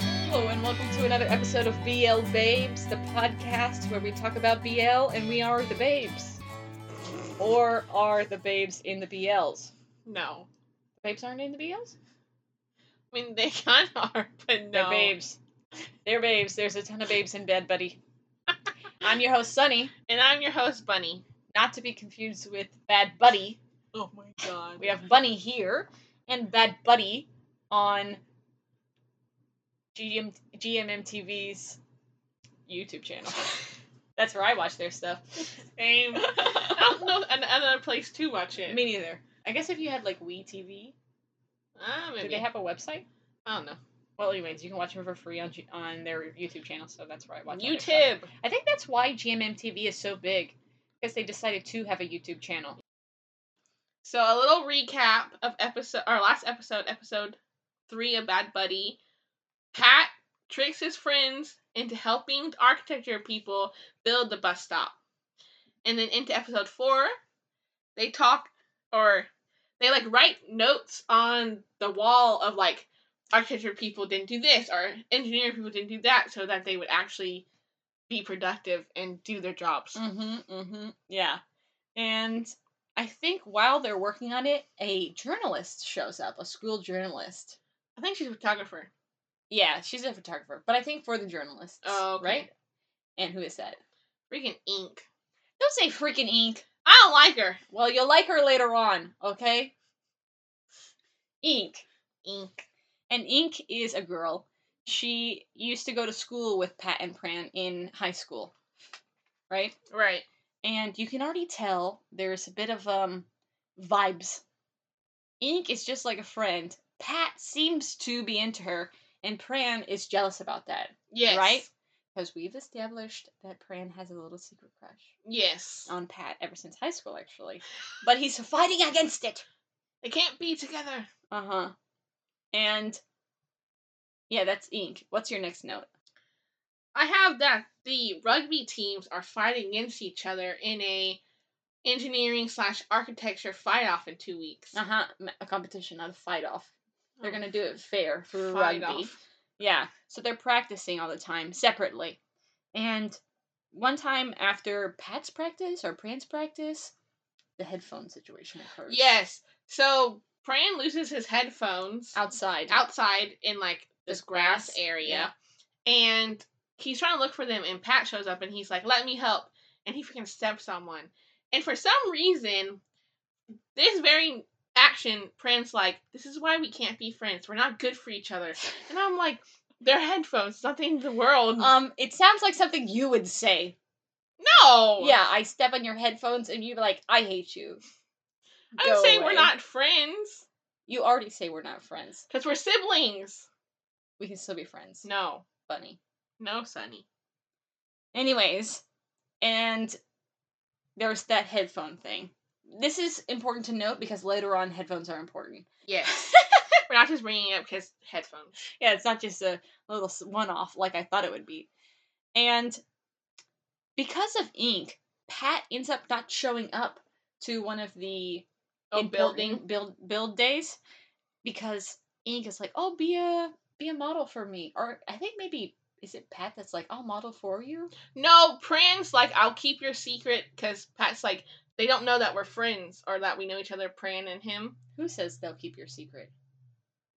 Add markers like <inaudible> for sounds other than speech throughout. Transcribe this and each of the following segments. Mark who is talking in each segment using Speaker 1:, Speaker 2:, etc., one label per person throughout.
Speaker 1: and welcome to another episode of BL Babes, the podcast where we talk about BL and we are the babes. Or are the babes in the BLs?
Speaker 2: No.
Speaker 1: Babes aren't in the BLs?
Speaker 2: I mean, they <laughs> kind of are, but
Speaker 1: They're
Speaker 2: no.
Speaker 1: babes. They're babes. There's a ton of babes in bed, buddy. I'm your host, Sunny,
Speaker 2: And I'm your host, Bunny.
Speaker 1: not to be confused with Bad Buddy.
Speaker 2: Oh my god.
Speaker 1: <laughs> We have Bunny here and Bad Buddy on GM- GMMTV's YouTube channel. <laughs> That's where I watch their stuff.
Speaker 2: Same. <laughs> I don't know an- another place to watch it.
Speaker 1: <laughs> Me neither. I guess if you had like Wii TV,
Speaker 2: Ah,
Speaker 1: do
Speaker 2: maybe.
Speaker 1: they have a website?
Speaker 2: I don't know.
Speaker 1: Well, anyways, you can watch them for free on G- on their YouTube channel, so that's where I watch. all their stuff.
Speaker 2: YouTube.
Speaker 1: I think that's why GMMTV is so big, because they decided to have a YouTube channel.
Speaker 2: So a little recap of episode our last episode, episode three of Bad Buddy. Pat tricks his friends into helping architecture people build the bus stop. And then into episode four, they talk or they like write notes on the wall of like architecture people didn't do this or engineering people didn't do that so that they would actually be productive and do their jobs.
Speaker 1: Mm-hmm. Mm-hmm. Yeah, and I think while they're working on it, a journalist shows up, a school journalist.
Speaker 2: I think she's a photographer.
Speaker 1: Yeah, she's a photographer, but I think for the journalists,
Speaker 2: Oh, okay.
Speaker 1: right? And who is that?
Speaker 2: Freaking ink.
Speaker 1: Don't say freaking ink.
Speaker 2: I don't like her.
Speaker 1: Well, you'll like her later on, okay? Ink.
Speaker 2: Ink.
Speaker 1: And Ink is a girl. She used to go to school with Pat and Pran in high school, right?
Speaker 2: Right.
Speaker 1: And you can already tell there's a bit of um vibes. Ink is just like a friend. Pat seems to be into her, and Pran is jealous about that
Speaker 2: Yes.
Speaker 1: Right? because we've established that Pran has a little secret crush
Speaker 2: Yes.
Speaker 1: on Pat ever since high school, actually. But he's fighting against it.
Speaker 2: They can't be together.
Speaker 1: Uh huh. And yeah, that's ink. What's your next note?
Speaker 2: I have that the rugby teams are fighting against each other in a engineering slash architecture fight off in two weeks.
Speaker 1: Uh huh. A competition, not a fight off. They're gonna do it fair for
Speaker 2: Oh. Fight
Speaker 1: rugby.
Speaker 2: off.
Speaker 1: Yeah. So they're practicing all the time separately. And one time after Pat's practice or Pran's practice, the headphone situation occurs.
Speaker 2: Yes. So Pran loses his headphones
Speaker 1: Outside.
Speaker 2: outside in like this
Speaker 1: This
Speaker 2: grass
Speaker 1: grass,
Speaker 2: area, and he's trying to look for them. And Pat shows up, and he's like, "Let me help," and he freaking steps on one. And for some reason, this very action, Prince like, "This is why we can't be friends. We're not good for each other." And I'm like, "They're headphones. It's nothing in the world."
Speaker 1: Um, it sounds like something you would say.
Speaker 2: no.
Speaker 1: Yeah, I step on your headphones and you're like, I hate you.
Speaker 2: I'm
Speaker 1: Go
Speaker 2: saying
Speaker 1: away.
Speaker 2: we're not friends
Speaker 1: You already say we're not friends.
Speaker 2: because we're siblings.
Speaker 1: We can still be friends.
Speaker 2: No.
Speaker 1: Bunny.
Speaker 2: No, Sonny.
Speaker 1: Anyways, and there's that headphone thing. This is important to note because later on headphones are important.
Speaker 2: Yes. <laughs> we're not just bringing it up because headphones.
Speaker 1: Yeah, it's not just a little one off like I thought it would be. And because of ink, Pat ends up not showing up to one of the
Speaker 2: Oh,
Speaker 1: important
Speaker 2: building.
Speaker 1: build build days because ink is like, "Oh, be a be a model for me." Or I think maybe is it Pat that's like, "I'll model for you?"
Speaker 2: No, Pran's like, I'll keep your secret because Pat's like, they don't know that we're friends or that we know each other, Pran and him.
Speaker 1: Who says they'll keep your secret?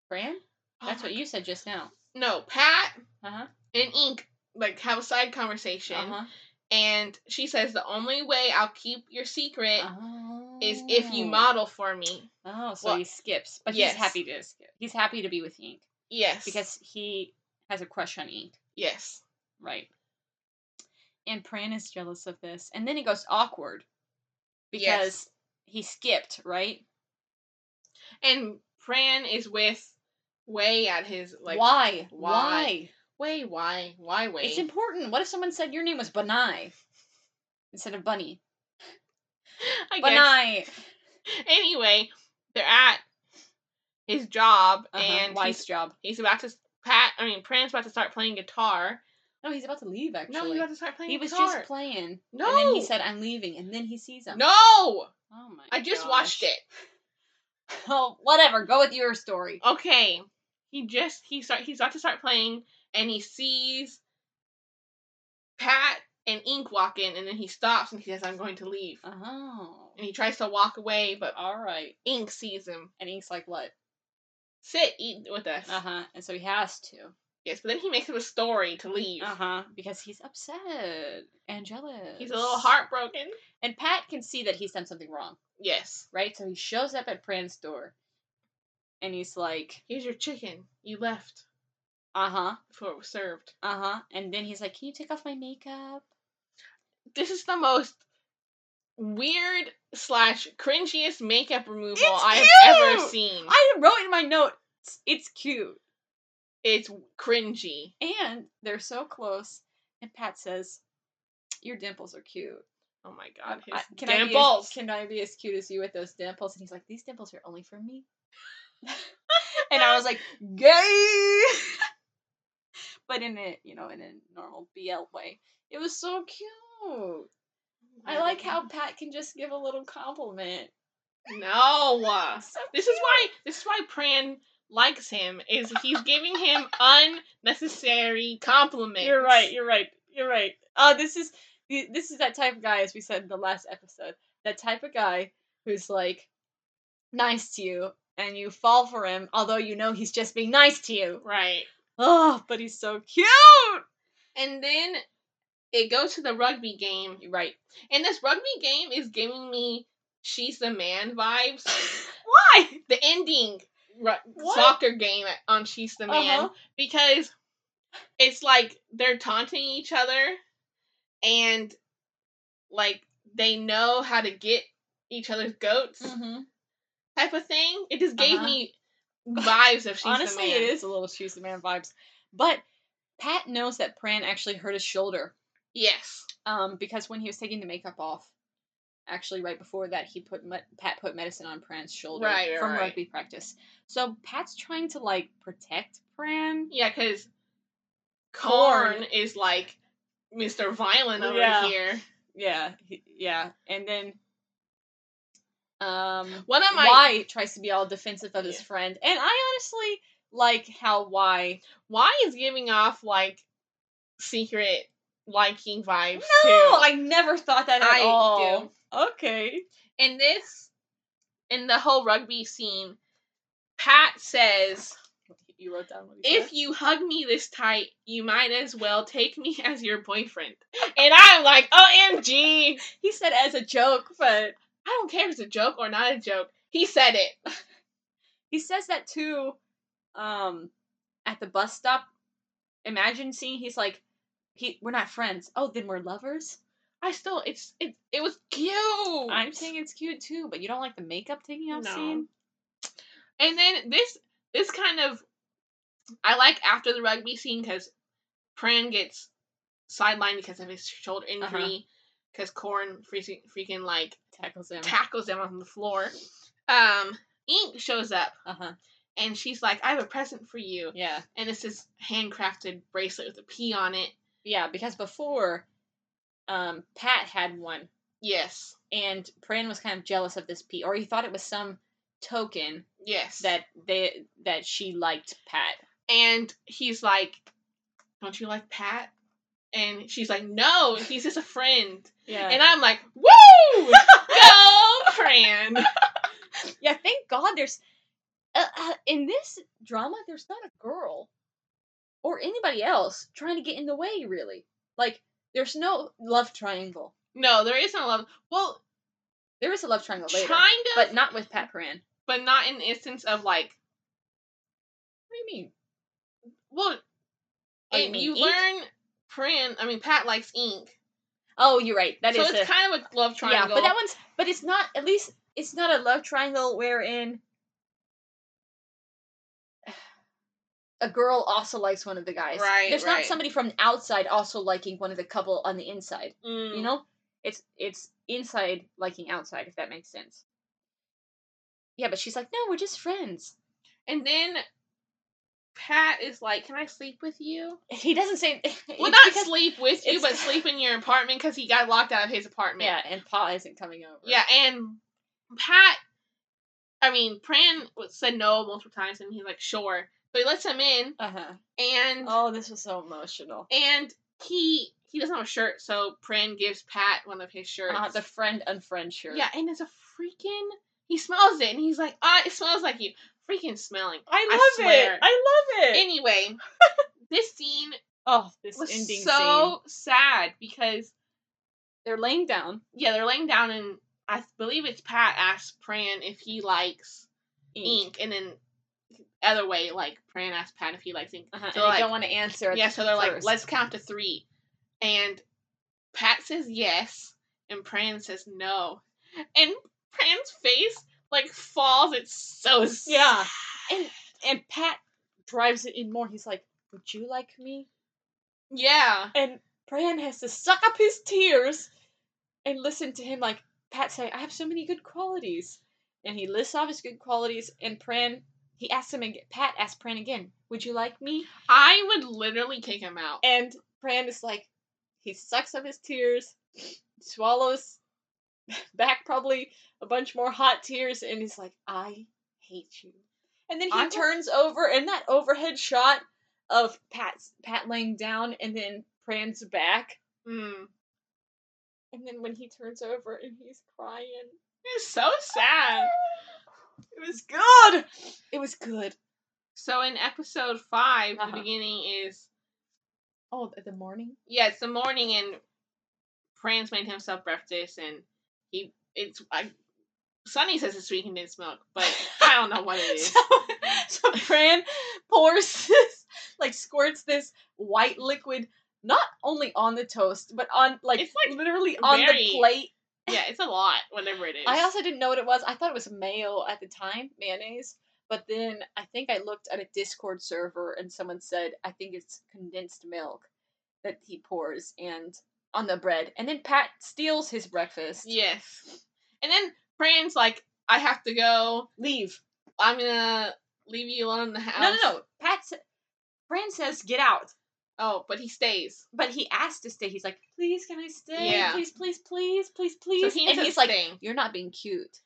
Speaker 1: Fran?
Speaker 2: Oh
Speaker 1: That's what you said just now.
Speaker 2: No, Pat
Speaker 1: Uh-huh.
Speaker 2: and Ink like have a side conversation,
Speaker 1: Uh-huh.
Speaker 2: and she says the only way I'll keep your secret
Speaker 1: Oh.
Speaker 2: is if you model for me.
Speaker 1: Oh, so
Speaker 2: Well,
Speaker 1: he skips, but
Speaker 2: yes.
Speaker 1: he's happy to skip. He's happy to be with Ink
Speaker 2: Yes,
Speaker 1: because he has a crush on Ink,
Speaker 2: yes,
Speaker 1: right? And Pran is jealous of this, and then it goes awkward because
Speaker 2: Yes.
Speaker 1: he skipped, right?
Speaker 2: and Pran is with Way at his like
Speaker 1: why?
Speaker 2: why? Way Why Why Way.
Speaker 1: It's important. What if someone said your name was Banai instead of Bunny?
Speaker 2: I guess.
Speaker 1: Banai.
Speaker 2: Anyway, they're at his job
Speaker 1: Uh-huh.
Speaker 2: and he's
Speaker 1: Wise job.
Speaker 2: He's about to Pat. I mean, Pran's about to start playing guitar.
Speaker 1: No, he's about to leave. Actually,
Speaker 2: No, he's about to start playing
Speaker 1: He was
Speaker 2: guitar.
Speaker 1: just playing.
Speaker 2: no,
Speaker 1: And then he said, I'm leaving. And then he sees him.
Speaker 2: no.
Speaker 1: Oh my
Speaker 2: I just
Speaker 1: gosh.
Speaker 2: watched it.
Speaker 1: <laughs> Oh, whatever. Go with your story.
Speaker 2: Okay, he just he start he's about to start playing, and he sees Pat and Ink walk in, and then he stops and he says, I'm going to leave.
Speaker 1: Oh.
Speaker 2: And he tries to walk away, but
Speaker 1: All right.
Speaker 2: Ink sees him.
Speaker 1: And Ink's like, what?
Speaker 2: Sit, eat with us.
Speaker 1: Uh huh. And so he has to.
Speaker 2: Yes, but then he makes up a story to leave.
Speaker 1: Uh huh. Because he's upset and jealous.
Speaker 2: He's a little heartbroken.
Speaker 1: And Pat can see that he's done something wrong,
Speaker 2: Yes.
Speaker 1: right? So he shows up at Pran's door and he's like,
Speaker 2: Here's your chicken. You left
Speaker 1: uh huh,
Speaker 2: before it was served.
Speaker 1: uh huh. And then he's like, can you take off my makeup?
Speaker 2: This is the most weird slash cringiest makeup removal
Speaker 1: It's
Speaker 2: I've ever
Speaker 1: cute!
Speaker 2: seen.
Speaker 1: I wrote in my notes, it's cute.
Speaker 2: It's cringy.
Speaker 1: And they're so close. And Pat says, your dimples are cute.
Speaker 2: Oh my god, his
Speaker 1: I- can
Speaker 2: dimples.
Speaker 1: I be as, can I be as cute as you with those dimples? And he's like, these dimples are only for me. <laughs> and I was like, gay. <laughs> but in a you know in a normal BL way, it was so cute.
Speaker 2: <laughs>
Speaker 1: I like how Pat can just give a little compliment.
Speaker 2: No.
Speaker 1: So
Speaker 2: This is why this is why Pran likes him is he's giving
Speaker 1: <laughs>
Speaker 2: him unnecessary compliments.
Speaker 1: You're right. You're right. You're right. Uh, this is th- this is that type of guy, as we said in the last episode. That type of guy who's like nice to you, and you fall for him, although you know he's just being nice to you.
Speaker 2: Right.
Speaker 1: Oh, but he's so cute.
Speaker 2: And then it goes to the rugby game,
Speaker 1: You're right.
Speaker 2: and this rugby game is giving me "She's the Man" vibes.
Speaker 1: Why?
Speaker 2: the ending ru-
Speaker 1: What?
Speaker 2: soccer game on "She's the Man"
Speaker 1: Uh-huh.
Speaker 2: because it's like they're taunting each other, and like they know how to get each other's goats
Speaker 1: Mhm.
Speaker 2: type of thing. It just gave
Speaker 1: Uh-huh.
Speaker 2: me vibes
Speaker 1: <laughs>
Speaker 2: of "She's
Speaker 1: Honestly,
Speaker 2: the Man."
Speaker 1: it is a little she's the man vibes, but Pat knows that Pran actually hurt his shoulder.
Speaker 2: Yes.
Speaker 1: Um, because when he was taking the makeup off, actually right before that, he put me- Pat put medicine on Pran's shoulder
Speaker 2: Right, right,
Speaker 1: from
Speaker 2: right.
Speaker 1: rugby practice. So Pat's trying to like protect Pran.
Speaker 2: Yeah, because
Speaker 1: Corn.
Speaker 2: corn is like Mr. Violent over
Speaker 1: Yeah.
Speaker 2: here.
Speaker 1: Yeah, he, yeah, and then um,
Speaker 2: One of my why?
Speaker 1: Y tries to be all defensive of his
Speaker 2: Yeah.
Speaker 1: friend, and I honestly like how Y.
Speaker 2: is giving off like secret liking vibes
Speaker 1: No,
Speaker 2: too.
Speaker 1: I never thought that at
Speaker 2: I
Speaker 1: all. Okay.
Speaker 2: in this, in the whole rugby scene, Pat says,
Speaker 1: You wrote down what
Speaker 2: "If you hug me this tight, you might as well take me <laughs> as your boyfriend." And I'm like, "OMG!"
Speaker 1: he said as a joke, but
Speaker 2: I don't care if it's a joke or not a joke. He said it.
Speaker 1: he says that too um at the bus stop imagine scene he's like he we're not friends oh then we're lovers
Speaker 2: I still, it's it. It was cute.
Speaker 1: i'm saying it's cute too but you don't like the makeup taking off
Speaker 2: No.
Speaker 1: scene
Speaker 2: And then this this kind of I like after the rugby scene because Pran gets sidelined because of his shoulder injury because Corn freaking freaking like
Speaker 1: tackles him
Speaker 2: tackles him on the floor. Um, Ink shows up
Speaker 1: uh-huh
Speaker 2: and she's like, "I have a present for you,"
Speaker 1: yeah
Speaker 2: and it's this handcrafted bracelet with a P on it.
Speaker 1: yeah because before um pat had one
Speaker 2: Yes,
Speaker 1: and pran was kind of jealous of this p or he thought it was some token
Speaker 2: yes.
Speaker 1: that they that she liked pat
Speaker 2: and he's like, "Don't you like Pat?" And she's like, "No, he's just a friend."
Speaker 1: yeah
Speaker 2: And I'm like,
Speaker 1: <laughs>
Speaker 2: "Woo!" Go, Fran.
Speaker 1: yeah thank god there's uh, uh, in this drama there's not a girl or anybody else trying to get in the way really like there's no love triangle
Speaker 2: No, there is no love. Well,
Speaker 1: there is a love triangle later
Speaker 2: kind of,
Speaker 1: but not with pat Paran.
Speaker 2: but not in the instance of like.
Speaker 1: what do you mean
Speaker 2: Well,
Speaker 1: Oh, you
Speaker 2: and
Speaker 1: mean
Speaker 2: you,
Speaker 1: ink?
Speaker 2: learn Pran. I mean, Pat likes ink,
Speaker 1: oh you're right That
Speaker 2: so
Speaker 1: is
Speaker 2: it's
Speaker 1: a,
Speaker 2: kind of a love triangle.
Speaker 1: yeah but that one's but it's not at least it's not a love triangle wherein <sighs> a girl also likes one of the guys
Speaker 2: Right,
Speaker 1: there's not
Speaker 2: right.
Speaker 1: somebody from the outside also liking one of the couple on the inside
Speaker 2: Mm,
Speaker 1: you know it's it's inside liking outside if that makes sense yeah but she's like no we're just friends <laughs>
Speaker 2: And then Pat is like, "Can I sleep with you?"
Speaker 1: he doesn't say <laughs>
Speaker 2: Well,
Speaker 1: it's
Speaker 2: not
Speaker 1: because-
Speaker 2: sleep with you,
Speaker 1: it's-
Speaker 2: but sleep in your apartment because he got locked out of his apartment.
Speaker 1: yeah and pa isn't coming over
Speaker 2: Yeah, and Pat, I mean, Pran w- said no multiple times, and he's like, sure. So he lets him in,
Speaker 1: Uh huh.
Speaker 2: and
Speaker 1: Oh, this was so emotional.
Speaker 2: and he he doesn't have a shirt, so Pran gives Pat one of his shirts.
Speaker 1: Uh, the friend unfriend shirt.
Speaker 2: Yeah, and it's a freaking. He smells it, and he's like, "Ah, it smells like you." Freaking smelling.
Speaker 1: I love
Speaker 2: swear.
Speaker 1: it. I love <laughs> it.
Speaker 2: Anyway, this scene
Speaker 1: oh, this
Speaker 2: was
Speaker 1: ending scene.
Speaker 2: so sad because
Speaker 1: They're laying down.
Speaker 2: yeah, they're laying down, and I believe it's Pat asks Pran if he likes
Speaker 1: Ink.
Speaker 2: ink, and then other way, like Pran asks Pat if he likes ink.
Speaker 1: Uh-huh.
Speaker 2: So
Speaker 1: and
Speaker 2: like-
Speaker 1: they don't want to answer.
Speaker 2: Yeah, so they're like,
Speaker 1: first.
Speaker 2: let's count to three. And Pat says yes, and Pran says no. And Pran's face like falls. It's so s-
Speaker 1: Yeah.
Speaker 2: <sighs>
Speaker 1: And and Pat drives it in more. He's like, "Would you like me?"
Speaker 2: Yeah.
Speaker 1: And Bran has to suck up his tears and listen to him like Pat say, "I have so many good qualities," and he lists off his good qualities. And Pran, he asks him again. Pat asks Pran again, "Would you like me?"
Speaker 2: I would literally kick him out.
Speaker 1: And Pran is like, he sucks up his tears, swallows <laughs> back probably a bunch more hot tears, and he's like, I hate you. And then he
Speaker 2: I wa-
Speaker 1: turns over, and that overhead shot of Pat's Pat laying down, and then Pran's back,
Speaker 2: Mm.
Speaker 1: and then when he turns over and he's crying,
Speaker 2: It's so sad.
Speaker 1: it was good. It was good.
Speaker 2: So in episode 5
Speaker 1: Uh-huh.
Speaker 2: the beginning is
Speaker 1: Oh, the- the morning.
Speaker 2: yeah, it's the morning, and Pran's made himself breakfast, and he it's I, Sunny says it's sweetened in milk, but I don't know what it is.
Speaker 1: <laughs> <laughs> So, so Fran pours <laughs> this, like squirts this white liquid, not only on the toast, but on like,
Speaker 2: It's, like,
Speaker 1: literally on
Speaker 2: very-
Speaker 1: the plate.
Speaker 2: Yeah, it's a lot, whatever it is.
Speaker 1: I also didn't know what it was. I thought it was mayo at the time, mayonnaise. But then I think I looked at a Discord server and someone said, I think it's condensed milk that he pours and on the bread. And then Pat steals his breakfast.
Speaker 2: Yes. And then Fran's like, I have to go.
Speaker 1: Leave.
Speaker 2: I'm gonna leave you alone in the house.
Speaker 1: No, no, no. Pat, sa- Fran says, get out.
Speaker 2: Oh, but he stays.
Speaker 1: but he asked to stay. He's like, please, can I stay?
Speaker 2: Yeah.
Speaker 1: Please, please, please, please, please.
Speaker 2: so he ends
Speaker 1: and
Speaker 2: up
Speaker 1: he's like,
Speaker 2: staying.
Speaker 1: you're not being cute.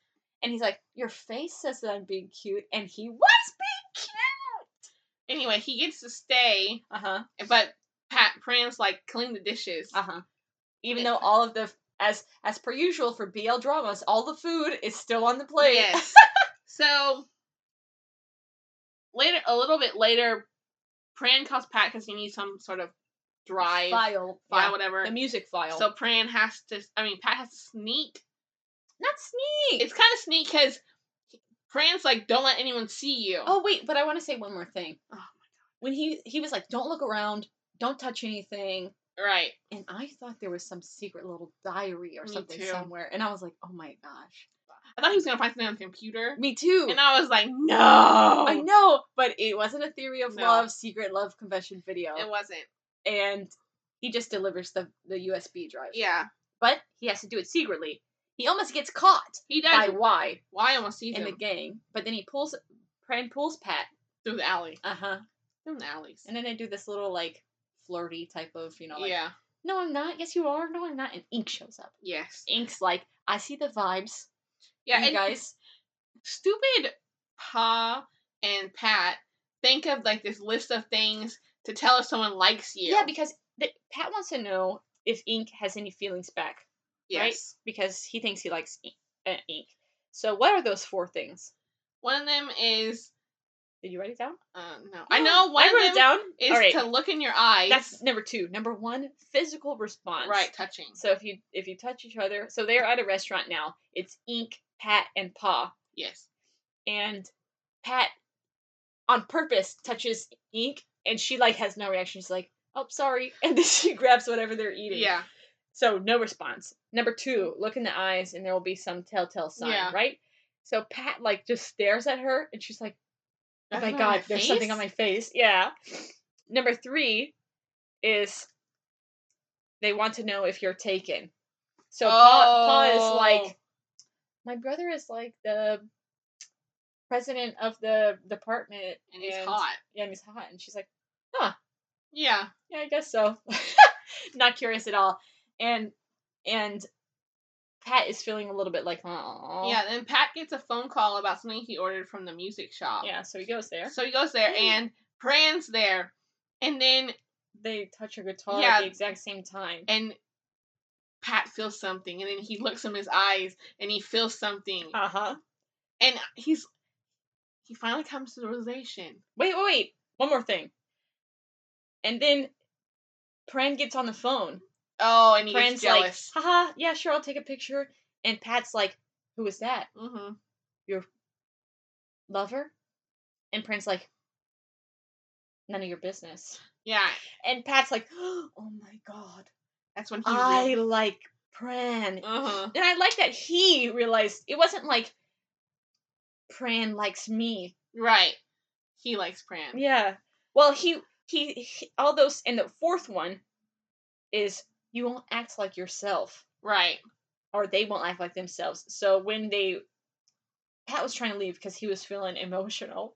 Speaker 1: And he's like, your face says that I'm being cute. And he was being cute.
Speaker 2: Anyway, he gets to stay,
Speaker 1: Uh huh.
Speaker 2: but Pat Pran's like, clean the dishes.
Speaker 1: Uh huh. Even though all of the, as as per usual for BL dramas, all the food is still on the plate.
Speaker 2: Yes. <laughs> so later, a little bit later, Pran calls Pat because he needs some sort of drive file,
Speaker 1: File.
Speaker 2: whatever.
Speaker 1: The music file.
Speaker 2: So Pran has to. I mean, Pat has to sneak
Speaker 1: not sneak.
Speaker 2: it's kind of sneak because Fran's like, don't let anyone see you.
Speaker 1: Oh wait, but I want to say one more thing.
Speaker 2: Oh, my God.
Speaker 1: When he he was like, don't look around, don't touch anything.
Speaker 2: right.
Speaker 1: and I thought there was some secret little diary or
Speaker 2: Me
Speaker 1: something
Speaker 2: too.
Speaker 1: somewhere, and I was like, "Oh my gosh,
Speaker 2: I thought he was gonna find something on the computer,
Speaker 1: me too."
Speaker 2: and I was like, no,
Speaker 1: I know, but it wasn't a theory of
Speaker 2: No.
Speaker 1: love, secret love confession video,
Speaker 2: it wasn't.
Speaker 1: and he just delivers the the USB drive.
Speaker 2: Yeah,
Speaker 1: but he has to do it secretly. He almost gets caught
Speaker 2: he
Speaker 1: by
Speaker 2: died.
Speaker 1: Y
Speaker 2: Why almost sees
Speaker 1: and
Speaker 2: him
Speaker 1: the gang, but then he pulls, Pran pulls Pat.
Speaker 2: through the alley,
Speaker 1: Uh huh.
Speaker 2: through the alleys.
Speaker 1: And then they do this little like flirty type of, you know, like,
Speaker 2: yeah.
Speaker 1: "No, I'm not. Yes, you are. No, I'm not." And Ink shows up.
Speaker 2: Yes.
Speaker 1: Ink's like, "I see the vibes,
Speaker 2: Yeah.
Speaker 1: you
Speaker 2: and
Speaker 1: guys."
Speaker 2: stupid Pa and Pat think of like this list of things to tell if someone likes you.
Speaker 1: Yeah, because the, Pat wants to know if Ink has any feelings back
Speaker 2: yes.
Speaker 1: because he thinks he likes Ink. Uh, Ink. So what are those four things?
Speaker 2: One of them is
Speaker 1: Did you write it down?
Speaker 2: uh, no. I know one
Speaker 1: I wrote
Speaker 2: of
Speaker 1: it
Speaker 2: them
Speaker 1: down.
Speaker 2: is
Speaker 1: All right.
Speaker 2: to look in your eyes.
Speaker 1: That's number two. Number one, physical response.
Speaker 2: right. Touching.
Speaker 1: So if you if you touch each other, so they're at a restaurant now. It's Ink, Pat, and Pa,
Speaker 2: Yes.
Speaker 1: and Pat on purpose touches Ink, and she like has no reaction. She's like, "Oh, sorry," <laughs> and then she grabs whatever they're eating.
Speaker 2: Yeah.
Speaker 1: So no response. Number two, look in the eyes and there will be some telltale sign,
Speaker 2: Yeah.
Speaker 1: right? So Pat like just stares at her and she's like, Oh my
Speaker 2: Nothing on
Speaker 1: god, there's something on my
Speaker 2: face?
Speaker 1: face. Yeah. Number three is they want to know if you're taken. So Paul Paul is
Speaker 2: Oh.
Speaker 1: like my brother is like the president of the department
Speaker 2: and he's hot.
Speaker 1: Yeah, and he's hot. And she's like,
Speaker 2: Yeah.
Speaker 1: <laughs> yeah, I guess so. Not curious at all. And and Pat is feeling a little bit like, oh.
Speaker 2: Yeah, then Pat gets a phone call about something he ordered from the music shop.
Speaker 1: Yeah, so he goes there.
Speaker 2: So he goes there
Speaker 1: Mm.
Speaker 2: and Pran's there. And then
Speaker 1: They touch her guitar
Speaker 2: Yeah.
Speaker 1: at the exact same time.
Speaker 2: and Pat feels something and then he looks in his eyes and he feels something.
Speaker 1: Uh huh.
Speaker 2: And he's he finally comes to the realization.
Speaker 1: Wait, wait, wait. One more thing. And then Pran gets on the phone.
Speaker 2: Oh, and he
Speaker 1: Pran's
Speaker 2: gets
Speaker 1: like,
Speaker 2: jealous.
Speaker 1: haha, yeah, sure, I'll take a picture. And Pat's like, who is that?
Speaker 2: mm-hmm.
Speaker 1: Lover? And Pran's like, none of your business.
Speaker 2: Yeah,
Speaker 1: And Pat's like, <gasps> oh my god,
Speaker 2: that's when he.
Speaker 1: I
Speaker 2: real-
Speaker 1: like Pran.
Speaker 2: Uh-huh.
Speaker 1: And I like that he realized it wasn't like Pran likes me.
Speaker 2: Right. He likes Pran.
Speaker 1: Yeah. Well, he he, he all those and the fourth one is you won't act like yourself
Speaker 2: Right.
Speaker 1: or they won't act like themselves. So when they Pat was trying to leave cuz he was feeling emotional.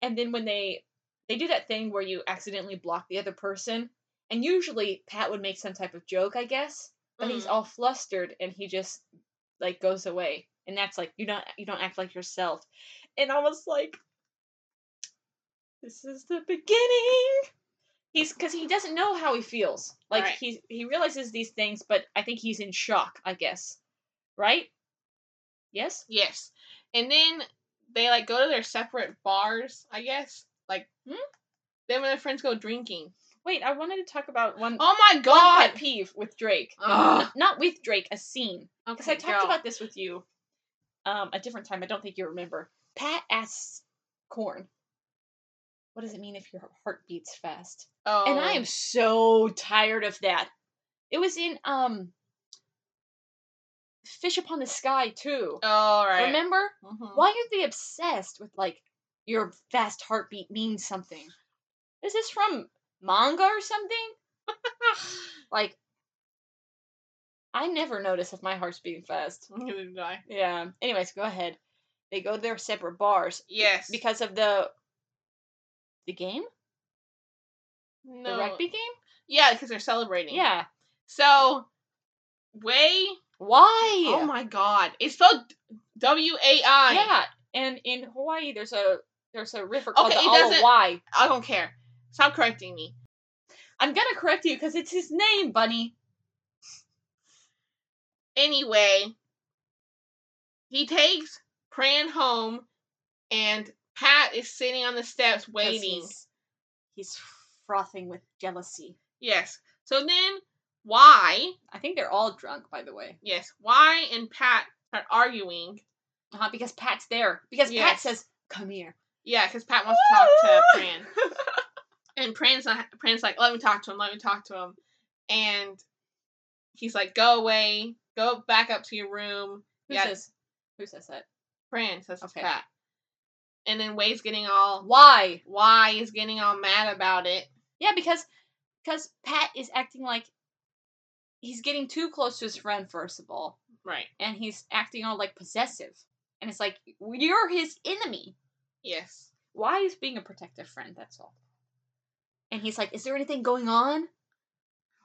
Speaker 1: And then when they they do that thing where you accidentally block the other person and usually Pat would make some type of joke, I guess, but he's
Speaker 2: Mhm.
Speaker 1: all flustered and he just like goes away. And that's like you don't you don't act like yourself. And I was like this is the beginning. He's cuz he doesn't know how he feels. Like
Speaker 2: Right.
Speaker 1: he he realizes these things, but I think he's in shock, I guess right? Yes.
Speaker 2: Yes. And then they like go to their separate bars, I guess. Like
Speaker 1: Hmm?
Speaker 2: them and their friends go drinking.
Speaker 1: Wait, I wanted to talk about one
Speaker 2: Oh my
Speaker 1: one
Speaker 2: god.
Speaker 1: pet peeve with Drake.
Speaker 2: Ugh.
Speaker 1: Not with Drake, a scene. Because
Speaker 2: Okay,
Speaker 1: I talked
Speaker 2: go.
Speaker 1: about this with you um, a different time. I don't think you remember. Pat asks Corn, "What does it mean if your heart beats fast?"
Speaker 2: Oh.
Speaker 1: And I am so tired of that. It was in um, Fish Upon the Sky too.
Speaker 2: Oh. All right.
Speaker 1: Remember?
Speaker 2: Mhm.
Speaker 1: Why are they obsessed with like your fast heartbeat means something? Is this from manga or
Speaker 2: <laughs>
Speaker 1: something? Like, I never notice if my heart's beating fast.
Speaker 2: Neither did I.
Speaker 1: Yeah. Anyways, go ahead. They go to their separate bars
Speaker 2: Yes.
Speaker 1: because of the the game,
Speaker 2: no.
Speaker 1: the rugby game.
Speaker 2: Yeah, because they're celebrating.
Speaker 1: Yeah.
Speaker 2: So, Way.
Speaker 1: Why?
Speaker 2: Oh my god. It's spelled W A I.
Speaker 1: Yeah. And in Hawaii, there's a there's a river called
Speaker 2: Okay,
Speaker 1: the
Speaker 2: it doesn't-
Speaker 1: Alawai.
Speaker 2: I don't care. Stop correcting me.
Speaker 1: I'm gonna correct you because it's his name, Bunny.
Speaker 2: anyway, he takes Pran home, and Pat is sitting on the steps
Speaker 1: 'cause
Speaker 2: waiting.
Speaker 1: He's, he's frothing with jealousy.
Speaker 2: Yes. So then, why?
Speaker 1: I think they're all drunk, by the way.
Speaker 2: Yes, why and Pat are arguing.
Speaker 1: Uh-huh, because Pat's there. Because Pat
Speaker 2: Yes.
Speaker 1: says, "Come here."
Speaker 2: Yeah, because Pat wants to talk
Speaker 1: <laughs>
Speaker 2: to Pran, and Pran's not, Pran's like, "Let me talk to him. Let me talk to him," and he's like, "Go away. Go back up to your room."
Speaker 1: Who
Speaker 2: Yeah.
Speaker 1: says? Who says that?
Speaker 2: Pran says
Speaker 1: Okay.
Speaker 2: to Pat, and then Way's getting all
Speaker 1: Why?
Speaker 2: why is getting all mad about it.
Speaker 1: Yeah, because because Pat is acting like he's getting too close to his friend first of all,
Speaker 2: Right.
Speaker 1: and he's acting all like possessive, and it's like you're his enemy.
Speaker 2: Yes.
Speaker 1: Why is being a protective friend? That's all. And he's like, "Is there anything going on?"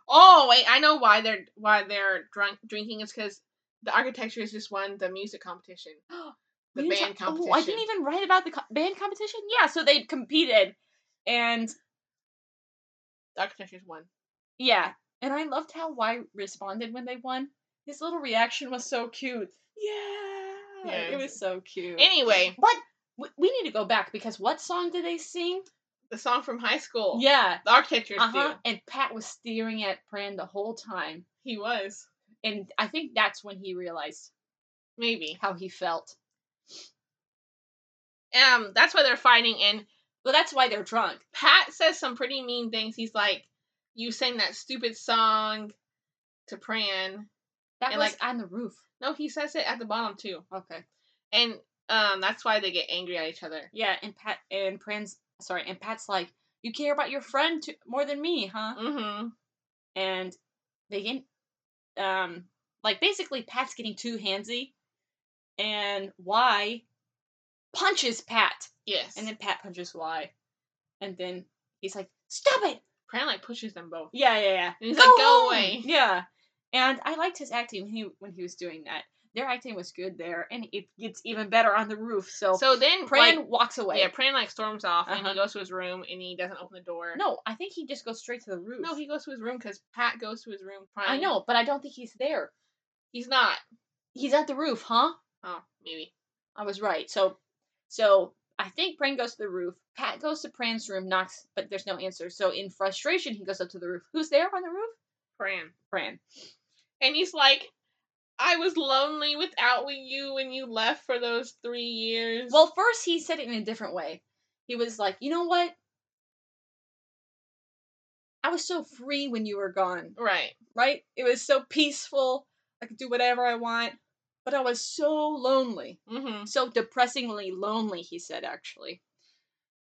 Speaker 2: Oh wait, I know why they're why they're drunk drinking is because the architecture is just won the music competition, <gasps> the
Speaker 1: We didn't
Speaker 2: band
Speaker 1: talk-
Speaker 2: competition.
Speaker 1: Oh, I didn't even write about the co- band competition. Yeah, so they competed, and
Speaker 2: The architecture's won.
Speaker 1: Yeah. And I loved how Y responded when they won. His little reaction was so cute. Yeah. It
Speaker 2: Yes.
Speaker 1: was so cute.
Speaker 2: Anyway,
Speaker 1: But w- we need to go back because what song did they sing?
Speaker 2: the song from high school.
Speaker 1: Yeah.
Speaker 2: The architecture's
Speaker 1: Uh
Speaker 2: uh
Speaker 1: huh. And Pat was staring at Pran the whole time.
Speaker 2: He was
Speaker 1: And I think that's when he realized
Speaker 2: maybe.
Speaker 1: how he felt.
Speaker 2: Um, that's why they're fighting, and
Speaker 1: Well, that's why they're drunk.
Speaker 2: Pat says some pretty mean things. He's like, "You sang that stupid song to Pran."
Speaker 1: That
Speaker 2: And,
Speaker 1: was
Speaker 2: like-
Speaker 1: on the roof.
Speaker 2: No, he says it at the bottom too,
Speaker 1: Okay.
Speaker 2: and um, that's why they get angry at each other.
Speaker 1: Yeah. And Pat and Pran's sorry. And Pat's like, "You care about your friend too, more than me, huh?"
Speaker 2: Mm-hmm.
Speaker 1: and they get um like basically Pat's getting too handsy and Y punches Pat
Speaker 2: Yes.
Speaker 1: and then Pat punches Y and then he's like, Stop it!
Speaker 2: Pran like pushes them both.
Speaker 1: Yeah, yeah, yeah.
Speaker 2: And he's like, "Go
Speaker 1: home!"
Speaker 2: away.
Speaker 1: Yeah. And I liked his acting when he when he was doing that. Their acting was good there, and it gets even better on the roof. So,
Speaker 2: So then
Speaker 1: Pran
Speaker 2: like,
Speaker 1: walks away.
Speaker 2: yeah, Pran like storms off and
Speaker 1: Uh-huh.
Speaker 2: he goes to his room and he doesn't open the door.
Speaker 1: no, I think he just goes straight to the roof.
Speaker 2: No, he goes to his room because Pat goes to his room crying.
Speaker 1: I know, but I don't think he's there.
Speaker 2: He's not.
Speaker 1: He's at the roof, huh?
Speaker 2: Oh, maybe.
Speaker 1: I was right. So, so I think Pran goes to the roof. Pat goes to Pran's room, knocks, but there's no answer. So in frustration, he goes up to the roof. Who's there on the roof?
Speaker 2: Pran.
Speaker 1: Pran.
Speaker 2: And he's like, I was lonely without you when you left for those three years.
Speaker 1: Well, first he said it in a different way. He was like, "You know what? I was so free when you were gone,
Speaker 2: right.
Speaker 1: right? It was so peaceful. I could do whatever I want, but I was so lonely."
Speaker 2: Mm-hmm.
Speaker 1: so depressingly lonely he said actually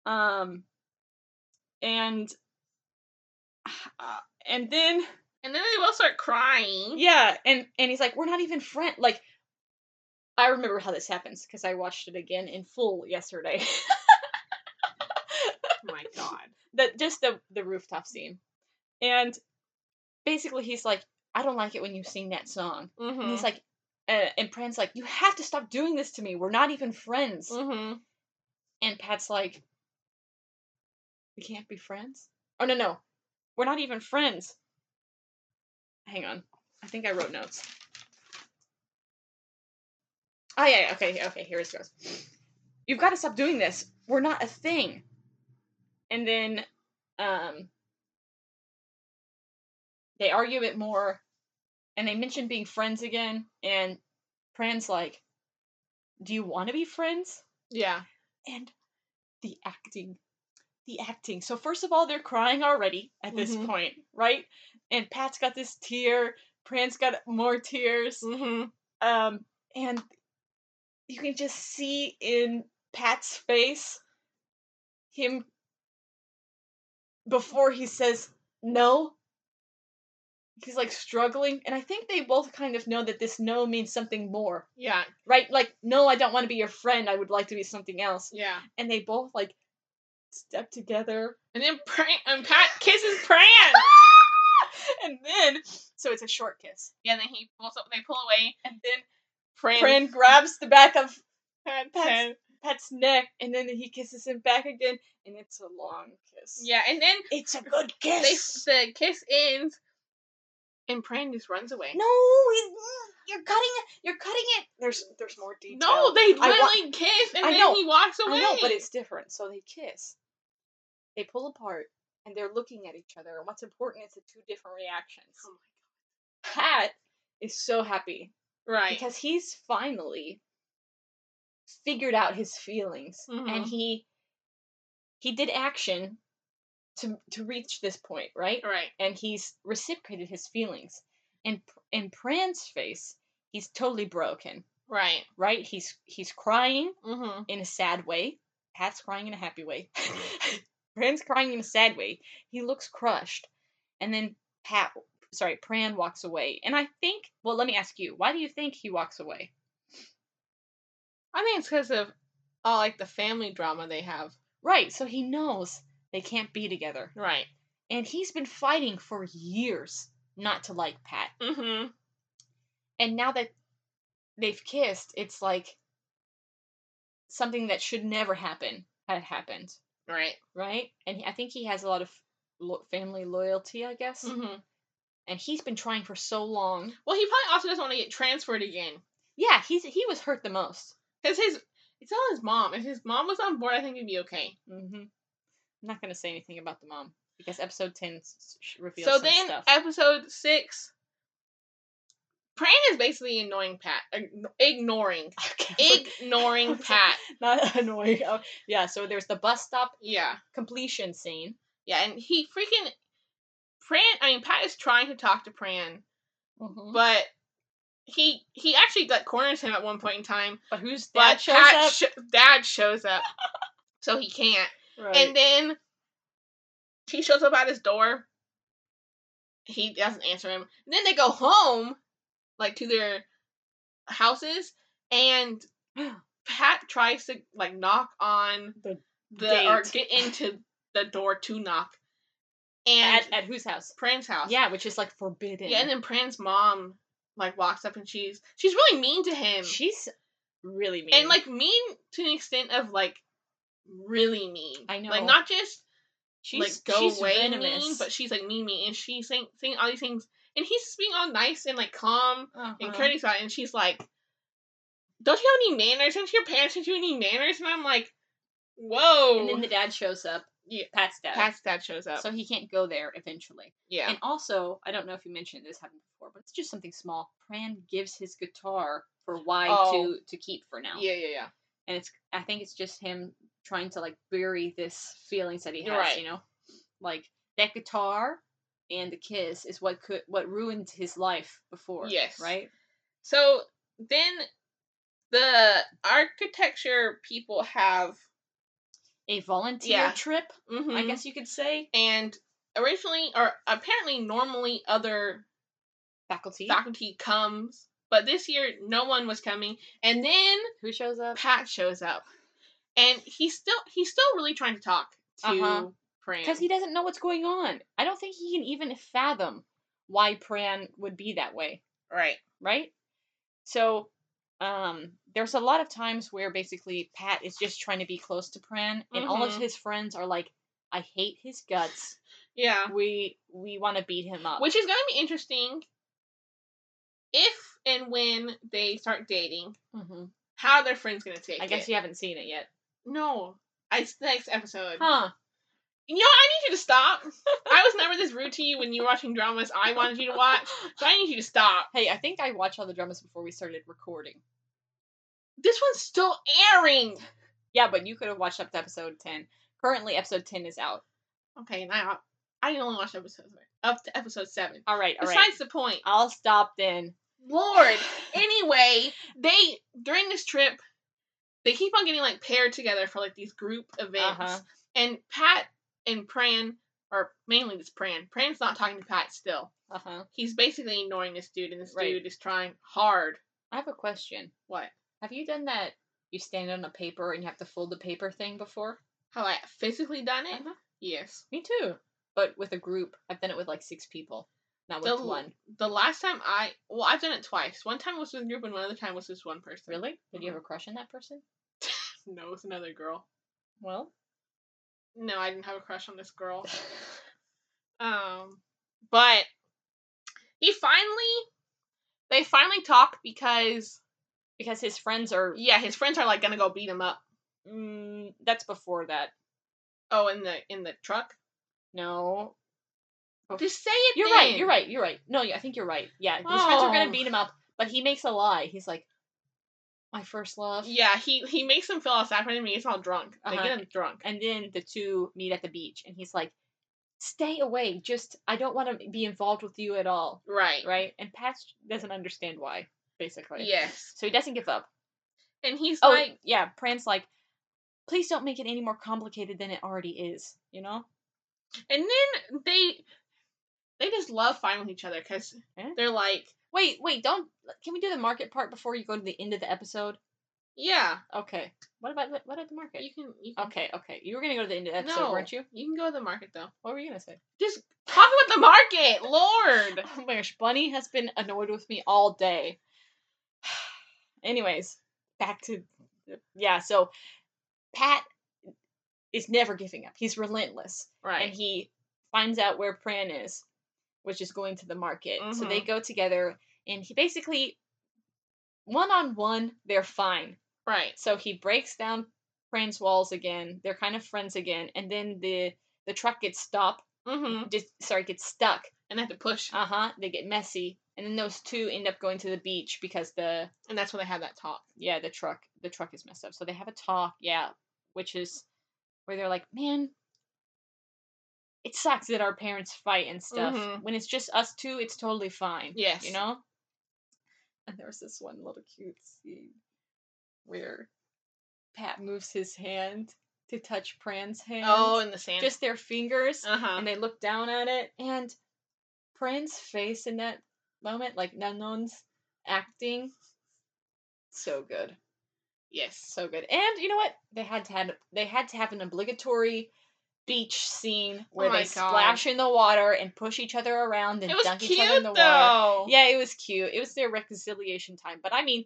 Speaker 1: um and uh, and then
Speaker 2: And then they both start crying.
Speaker 1: yeah and and he's like we're not even friends like i remember how this happens because i watched it again in full yesterday <laughs>
Speaker 2: Oh my god.
Speaker 1: that just the the rooftop scene and basically he's like i don't like it when you sing that song
Speaker 2: Mm-hmm.
Speaker 1: and he's like uh, and pran's like you have to stop doing this to me we're not even friends
Speaker 2: mm-hmm.
Speaker 1: And Pat's like, we can't be friends? Oh, no, no. We're not even friends. Hang on. I think I wrote notes. Oh, yeah, yeah, okay, okay, here it goes. You've got to stop doing this. We're not a thing. And then um, they argue a bit more, and they mention being friends again, and Pran's like, do you want to be friends?
Speaker 2: Yeah.
Speaker 1: and the acting the acting so first of all they're crying already at this
Speaker 2: Mhm.
Speaker 1: point right and pat's got this tear pran's got more tears
Speaker 2: Mm-hmm.
Speaker 1: um and you can just see in pat's face him before he says no he's like struggling and i think they both kind of know that this no means something more
Speaker 2: Yeah.
Speaker 1: right like no i don't want to be your friend i would like to be something else
Speaker 2: Yeah.
Speaker 1: and they both like step together <laughs>
Speaker 2: And then Pran and Pat kisses Pran.
Speaker 1: and then so it's a short kiss
Speaker 2: yeah. Then he pulls up. They pull away.
Speaker 1: and then
Speaker 2: Pran.
Speaker 1: Pran grabs the back of
Speaker 2: Pran.
Speaker 1: Pat's- Pat's neck and then he kisses him back again and it's a long kiss
Speaker 2: Yeah. And then
Speaker 1: it's a good
Speaker 2: they
Speaker 1: kiss
Speaker 2: the kiss ends, and Pran just runs away.
Speaker 1: no he- you're cutting it you're cutting it there's there's more detail
Speaker 2: No, they
Speaker 1: I wa-
Speaker 2: literally kiss, and
Speaker 1: I
Speaker 2: then
Speaker 1: know.
Speaker 2: he walks away.
Speaker 1: I know, but it's different. So they kiss, they pull apart, and they're looking at each other. And what's important is the two different reactions.
Speaker 2: Oh
Speaker 1: Pat is so happy
Speaker 2: right.
Speaker 1: because he's finally figured out his feelings, and
Speaker 2: Mhm.
Speaker 1: he he did action to to reach this point, right?
Speaker 2: right.
Speaker 1: And he's reciprocated his feelings. And in Pran's face, he's totally broken,
Speaker 2: Right.
Speaker 1: right? He's he's crying
Speaker 2: Mm-hmm.
Speaker 1: in a sad way. Pat's crying in a happy way. <laughs> Pran's crying in a sad way. He looks crushed. And then Pat, sorry, Pran walks away. And I think, well, let me ask you, why do you think he walks away?
Speaker 2: I think it's because of all like the family drama they have.
Speaker 1: Right, so he knows they can't be together.
Speaker 2: Right.
Speaker 1: And he's been fighting for years not to like Pat.
Speaker 2: Mm-hmm.
Speaker 1: And now that they've kissed, it's like something that should never happen had happened,
Speaker 2: Right.
Speaker 1: right? And I think he has a lot of lo- family loyalty, I guess.
Speaker 2: Mm-hmm.
Speaker 1: and he's been trying for so long.
Speaker 2: Well, he probably also doesn't want to get transferred again
Speaker 1: Yeah, he's he was hurt the most.
Speaker 2: because his it's all his mom. If his mom was on board, I think it'd be okay.
Speaker 1: Mm-hmm. I'm not gonna say anything about the mom because episode ten s- s- reveals
Speaker 2: So
Speaker 1: some
Speaker 2: then,
Speaker 1: stuff.
Speaker 2: episode six, Pran is basically annoying Pat, ign- ignoring,
Speaker 1: <laughs> Okay, <laughs>
Speaker 2: ignoring Pat.
Speaker 1: not annoying. Oh, yeah, so there's the bus stop
Speaker 2: Yeah,
Speaker 1: completion scene.
Speaker 2: yeah, and he freaking Pran. I mean, Pat is trying to talk to Pran,
Speaker 1: Mhm. But,
Speaker 2: but he he actually like corners him at one point in time.
Speaker 1: who's
Speaker 2: But
Speaker 1: dad shows
Speaker 2: Pat
Speaker 1: up?
Speaker 2: sho- dad
Speaker 1: <laughs>
Speaker 2: shows up, so he can't.
Speaker 1: right.
Speaker 2: And then she shows up at his door. He doesn't answer him. And then they go home, like to their houses, and <gasps> Pat tries to like knock on
Speaker 1: The
Speaker 2: the or
Speaker 1: gate.
Speaker 2: get into the door to knock. and
Speaker 1: at, at whose house?
Speaker 2: Pran's house.
Speaker 1: Yeah, which is like forbidden.
Speaker 2: Yeah, and then Pran's mom like walks up and she's she's really mean to him.
Speaker 1: she's really mean.
Speaker 2: and like mean to an extent of like really mean.
Speaker 1: I know.
Speaker 2: Like not just
Speaker 1: she's
Speaker 2: like go
Speaker 1: she's
Speaker 2: away
Speaker 1: venomous.
Speaker 2: mean, but she's like mean mean and she's saying saying all these things and he's just being all nice and like calm and
Speaker 1: Uh-huh.
Speaker 2: courteous about it and she's like Don't you have any manners? Don't your parents teach you any manners? And I'm like, Whoa
Speaker 1: And then
Speaker 2: <laughs>
Speaker 1: the dad shows up.
Speaker 2: Yeah.
Speaker 1: Pat's dad.
Speaker 2: Pat's dad shows up.
Speaker 1: So he can't go there eventually.
Speaker 2: yeah.
Speaker 1: And also, I don't know if you mentioned this happened before, but it's just something small. Pran gives his guitar for Y
Speaker 2: Oh.
Speaker 1: to to keep for now.
Speaker 2: yeah, yeah, yeah.
Speaker 1: And it's I think it's just him trying to like bury this feelings that he
Speaker 2: You're
Speaker 1: has,
Speaker 2: right.
Speaker 1: you know? Like that guitar and the kiss is what could what ruined his life before.
Speaker 2: Yes.
Speaker 1: Right?
Speaker 2: So then the architecture people have
Speaker 1: A volunteer
Speaker 2: Yeah.
Speaker 1: trip, I
Speaker 2: mhm.
Speaker 1: guess you could say.
Speaker 2: and originally or apparently normally other
Speaker 1: Faculty.
Speaker 2: faculty comes but this year no one was coming and then
Speaker 1: Who shows up?
Speaker 2: pat shows up and he's still he's still really trying to talk to
Speaker 1: Uh-huh.
Speaker 2: Pran.
Speaker 1: Because he doesn't know what's going on. I don't think he can even fathom why Pran would be that way,
Speaker 2: right
Speaker 1: right? So, um, there's a lot of times where basically Pat is just trying to be close to Pran, and all of
Speaker 2: Mhm.
Speaker 1: his friends are like, "I hate his guts.
Speaker 2: yeah
Speaker 1: We we want to beat him up."
Speaker 2: Uh, which is going to be interesting if and when they start dating
Speaker 1: Mhm.
Speaker 2: how are their friends going to take
Speaker 1: I guess
Speaker 2: it
Speaker 1: you haven't seen it yet,
Speaker 2: no it's next episode
Speaker 1: huh?
Speaker 2: you know i need you to stop
Speaker 1: <laughs>
Speaker 2: i was never this rude to you when you were watching dramas i wanted you to watch so i need you to stop
Speaker 1: Hey, I think I watched all the dramas before we started recording.
Speaker 2: This one's still airing.
Speaker 1: Yeah, but you could have watched up to episode ten. Currently, episode ten is out.
Speaker 2: Okay, now I only watched episode seven. Up to episode seven.
Speaker 1: All right, all right.
Speaker 2: Besides the point.
Speaker 1: I'll stop then.
Speaker 2: Lord. anyway, they during this trip, they keep on getting like paired together for like these group events.
Speaker 1: Uh-huh.
Speaker 2: And Pat and Pran, or mainly just Pran. Pran's not talking to Pat still.
Speaker 1: Uh huh.
Speaker 2: He's basically ignoring this dude, and this
Speaker 1: Right.
Speaker 2: dude is trying hard.
Speaker 1: I have a question.
Speaker 2: What?
Speaker 1: Have you done that? You stand on a paper and you have to fold the paper thing before?
Speaker 2: How I physically done it?
Speaker 1: Uh-huh.
Speaker 2: Yes.
Speaker 1: Me too. But with a group, I've done it with like six people, not with
Speaker 2: The-
Speaker 1: one.
Speaker 2: The last time I, well, I've done it twice. One time was with a group, and one other time was just one person.
Speaker 1: Really? Did you
Speaker 2: Uh-huh.
Speaker 1: have a crush on that person?
Speaker 2: No, it's another girl.
Speaker 1: Well,
Speaker 2: No, I didn't have a crush on this girl. Um, but he finally, they finally talk because
Speaker 1: because his friends are.
Speaker 2: yeah, his friends are like gonna go beat him up.
Speaker 1: Mm, that's before that.
Speaker 2: Oh, in the in the truck.
Speaker 1: No.
Speaker 2: Just say it.
Speaker 1: Oh. You're
Speaker 2: then.
Speaker 1: right. You're right. You're right. No, yeah, I think you're right. Yeah, his friends are
Speaker 2: Oh.
Speaker 1: gonna beat him up, but he makes a lie. He's like, "My first love."
Speaker 2: Yeah, he he makes him feel all sad for him. He gets all drunk. They
Speaker 1: Uh-huh.
Speaker 2: get him drunk.
Speaker 1: and then the two meet at the beach and he's like stay away just i don't want to be involved with you at all
Speaker 2: Right.
Speaker 1: right and pat doesn't understand why basically
Speaker 2: Yes.
Speaker 1: so he doesn't give up
Speaker 2: And he's
Speaker 1: oh
Speaker 2: like,
Speaker 1: yeah pran's like please don't make it any more complicated than it already is you know
Speaker 2: and then they they just love fighting with each other because
Speaker 1: Yeah.
Speaker 2: they're like,
Speaker 1: wait wait don't uh, can we do the market part before you go to the end of the episode
Speaker 2: yeah,
Speaker 1: okay what about what about the market
Speaker 2: you can you can,
Speaker 1: okay Oh, okay you were gonna go to the end of the episode
Speaker 2: No.
Speaker 1: weren't you
Speaker 2: you can go to the market though.
Speaker 1: what were you gonna say
Speaker 2: Just talk about the market, Lord.
Speaker 1: Oh my gosh, Bunny has been annoyed with me all day. <sighs> Anyways, back to yeah. So Pat is never giving up. He's relentless,
Speaker 2: Right.
Speaker 1: and he finds out where Pran is, which is going to the market. So they
Speaker 2: Mhm.
Speaker 1: go together, and he basically one on one they're fine.
Speaker 2: right.
Speaker 1: So he breaks down Pran's walls again. They're kind of friends again, and then the the truck gets stopped.
Speaker 2: Mm-hmm.
Speaker 1: Just, sorry, gets stuck.
Speaker 2: And they have to push.
Speaker 1: Uh huh. They get messy, and then those two end up going to the beach because the
Speaker 2: And that's when they had that talk.
Speaker 1: yeah the truck the truck is messed up. So they have a talk, yeah, which is where they're like, man, it sucks that our parents fight and stuff.
Speaker 2: Mhm.
Speaker 1: When it's just us two, it's totally fine.
Speaker 2: Yes.
Speaker 1: you know. And there was this one little cute scene where Pat moves his hand to touch Pran's hand.
Speaker 2: Oh, in the sand.
Speaker 1: just their fingers
Speaker 2: uh-huh.
Speaker 1: and they look down at it and Pran's face in that moment, like Nanon's acting, so good,
Speaker 2: yes.
Speaker 1: so good. And you know what? They had to had they had to have an obligatory beach scene where
Speaker 2: Oh my
Speaker 1: they
Speaker 2: God.
Speaker 1: splash in the water and push each other around and
Speaker 2: It was
Speaker 1: dunk
Speaker 2: cute
Speaker 1: each other in the water.
Speaker 2: though.
Speaker 1: Yeah, it was cute. It was their reconciliation time. But I mean,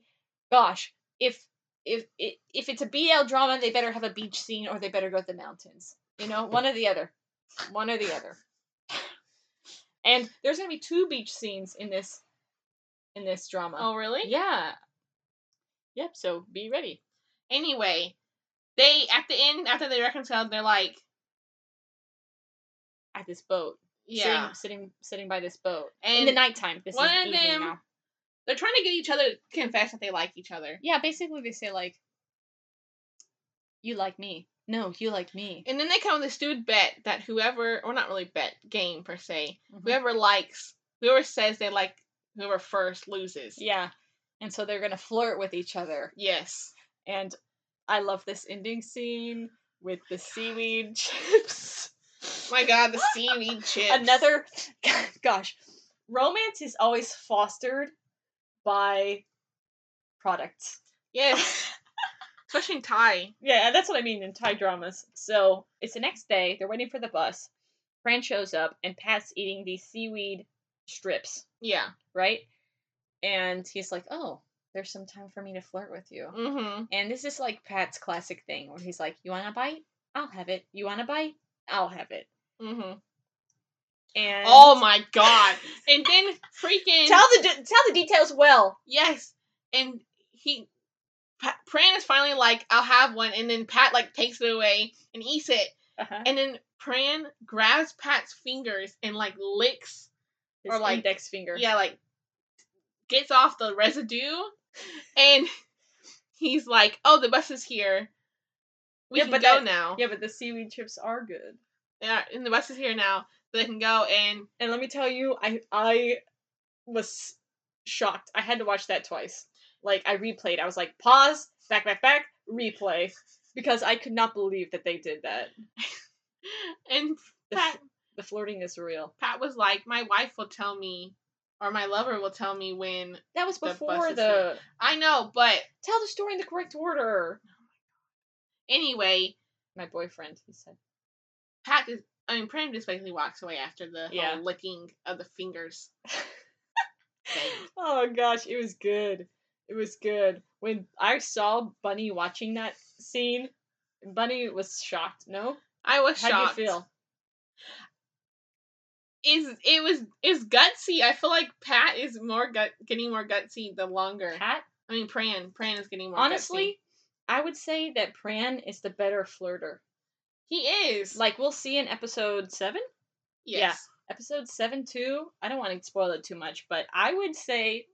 Speaker 1: gosh, if if i- if it's a BL drama, they better have a beach scene or they better go to the mountains. You know, one or the other. One or the other. And there's gonna be two beach scenes in this in this drama.
Speaker 2: Oh really?
Speaker 1: Yeah. Yep, so be ready.
Speaker 2: Anyway, they at the end after they reconciled, they're like,
Speaker 1: At this boat. Sitting
Speaker 2: yeah.
Speaker 1: sitting sitting by this boat. in
Speaker 2: And
Speaker 1: the nighttime. This
Speaker 2: one
Speaker 1: is
Speaker 2: of
Speaker 1: evening
Speaker 2: them-
Speaker 1: now.
Speaker 2: they're trying to get each other to confess that they like each other.
Speaker 1: Yeah, basically they say like you like me. No, you like me.
Speaker 2: And then they come with this dude bet that whoever, or not really bet game per se,
Speaker 1: Mhm.
Speaker 2: whoever likes, whoever says they like whoever first loses.
Speaker 1: Yeah. And so they're going to flirt with each other.
Speaker 2: Yes.
Speaker 1: And I love this ending scene with the seaweed chips.
Speaker 2: My
Speaker 1: <laughs>
Speaker 2: God, the seaweed chips.
Speaker 1: Another, <laughs> gosh, romance is always fostered by products.
Speaker 2: Yes.
Speaker 1: <laughs>
Speaker 2: Especially in Thai.
Speaker 1: Yeah, that's what I mean in Thai dramas. So it's the next day. They're waiting for the bus. Fran shows up and Pat's eating these seaweed strips,
Speaker 2: Yeah.
Speaker 1: right? And he's like, oh, there's some time for me to flirt with you.
Speaker 2: Mm-hmm.
Speaker 1: And this is like Pat's classic thing where he's like, You want a bite? I'll have it. You want a bite? I'll have it.
Speaker 2: Mm-hmm.
Speaker 1: And
Speaker 2: Oh my God. And then
Speaker 1: <laughs>
Speaker 2: freaking
Speaker 1: tell the de- tell the details well.
Speaker 2: yes. And he Pa- Pran is finally like, I'll have one, and then Pat like takes it away and eats it,
Speaker 1: Uh-huh.
Speaker 2: and then Pran grabs Pat's fingers and like licks,
Speaker 1: His
Speaker 2: or like-
Speaker 1: index finger.
Speaker 2: yeah, like gets off the residue, and <laughs> he's like, "Oh, the bus is here. We
Speaker 1: Yeah,
Speaker 2: can
Speaker 1: but
Speaker 2: go
Speaker 1: that-
Speaker 2: now.
Speaker 1: Yeah, but the seaweed chips are good.
Speaker 2: Yeah, and the bus is here now. So they can go and
Speaker 1: And let me tell you, I I was shocked. I had to watch that twice. Like I replayed. I was like, pause, back, back, back, replay. Because I could not believe that they did that.
Speaker 2: and
Speaker 1: The, f-
Speaker 2: Pat
Speaker 1: the flirting is real.
Speaker 2: Pat was like, "My wife will tell me, or my lover will tell me when."
Speaker 1: That was
Speaker 2: The
Speaker 1: before
Speaker 2: bus is
Speaker 1: the
Speaker 2: I know, but
Speaker 1: tell the story in the correct order.
Speaker 2: anyway,
Speaker 1: My boyfriend, he said.
Speaker 2: Pat is. I mean, Pran just basically walks away after the
Speaker 1: Yeah.
Speaker 2: whole licking of the
Speaker 1: <laughs>
Speaker 2: fingers. thing.
Speaker 1: oh gosh, it was good. It was good. When I saw Bunny watching that scene, Bunny was shocked. No,
Speaker 2: I was
Speaker 1: how
Speaker 2: shocked.
Speaker 1: do you feel?
Speaker 2: Is it was is gutsy. I feel like Pat is more gut getting more gutsy the longer.
Speaker 1: Pat,
Speaker 2: I mean, Pran Pran is getting more. gutsy.
Speaker 1: honestly, I would say that Pran is the better flirter.
Speaker 2: he is.
Speaker 1: Like we'll see in episode seven.
Speaker 2: yes.
Speaker 1: yeah. Episode seven too. I don't want to spoil it too much, but I would say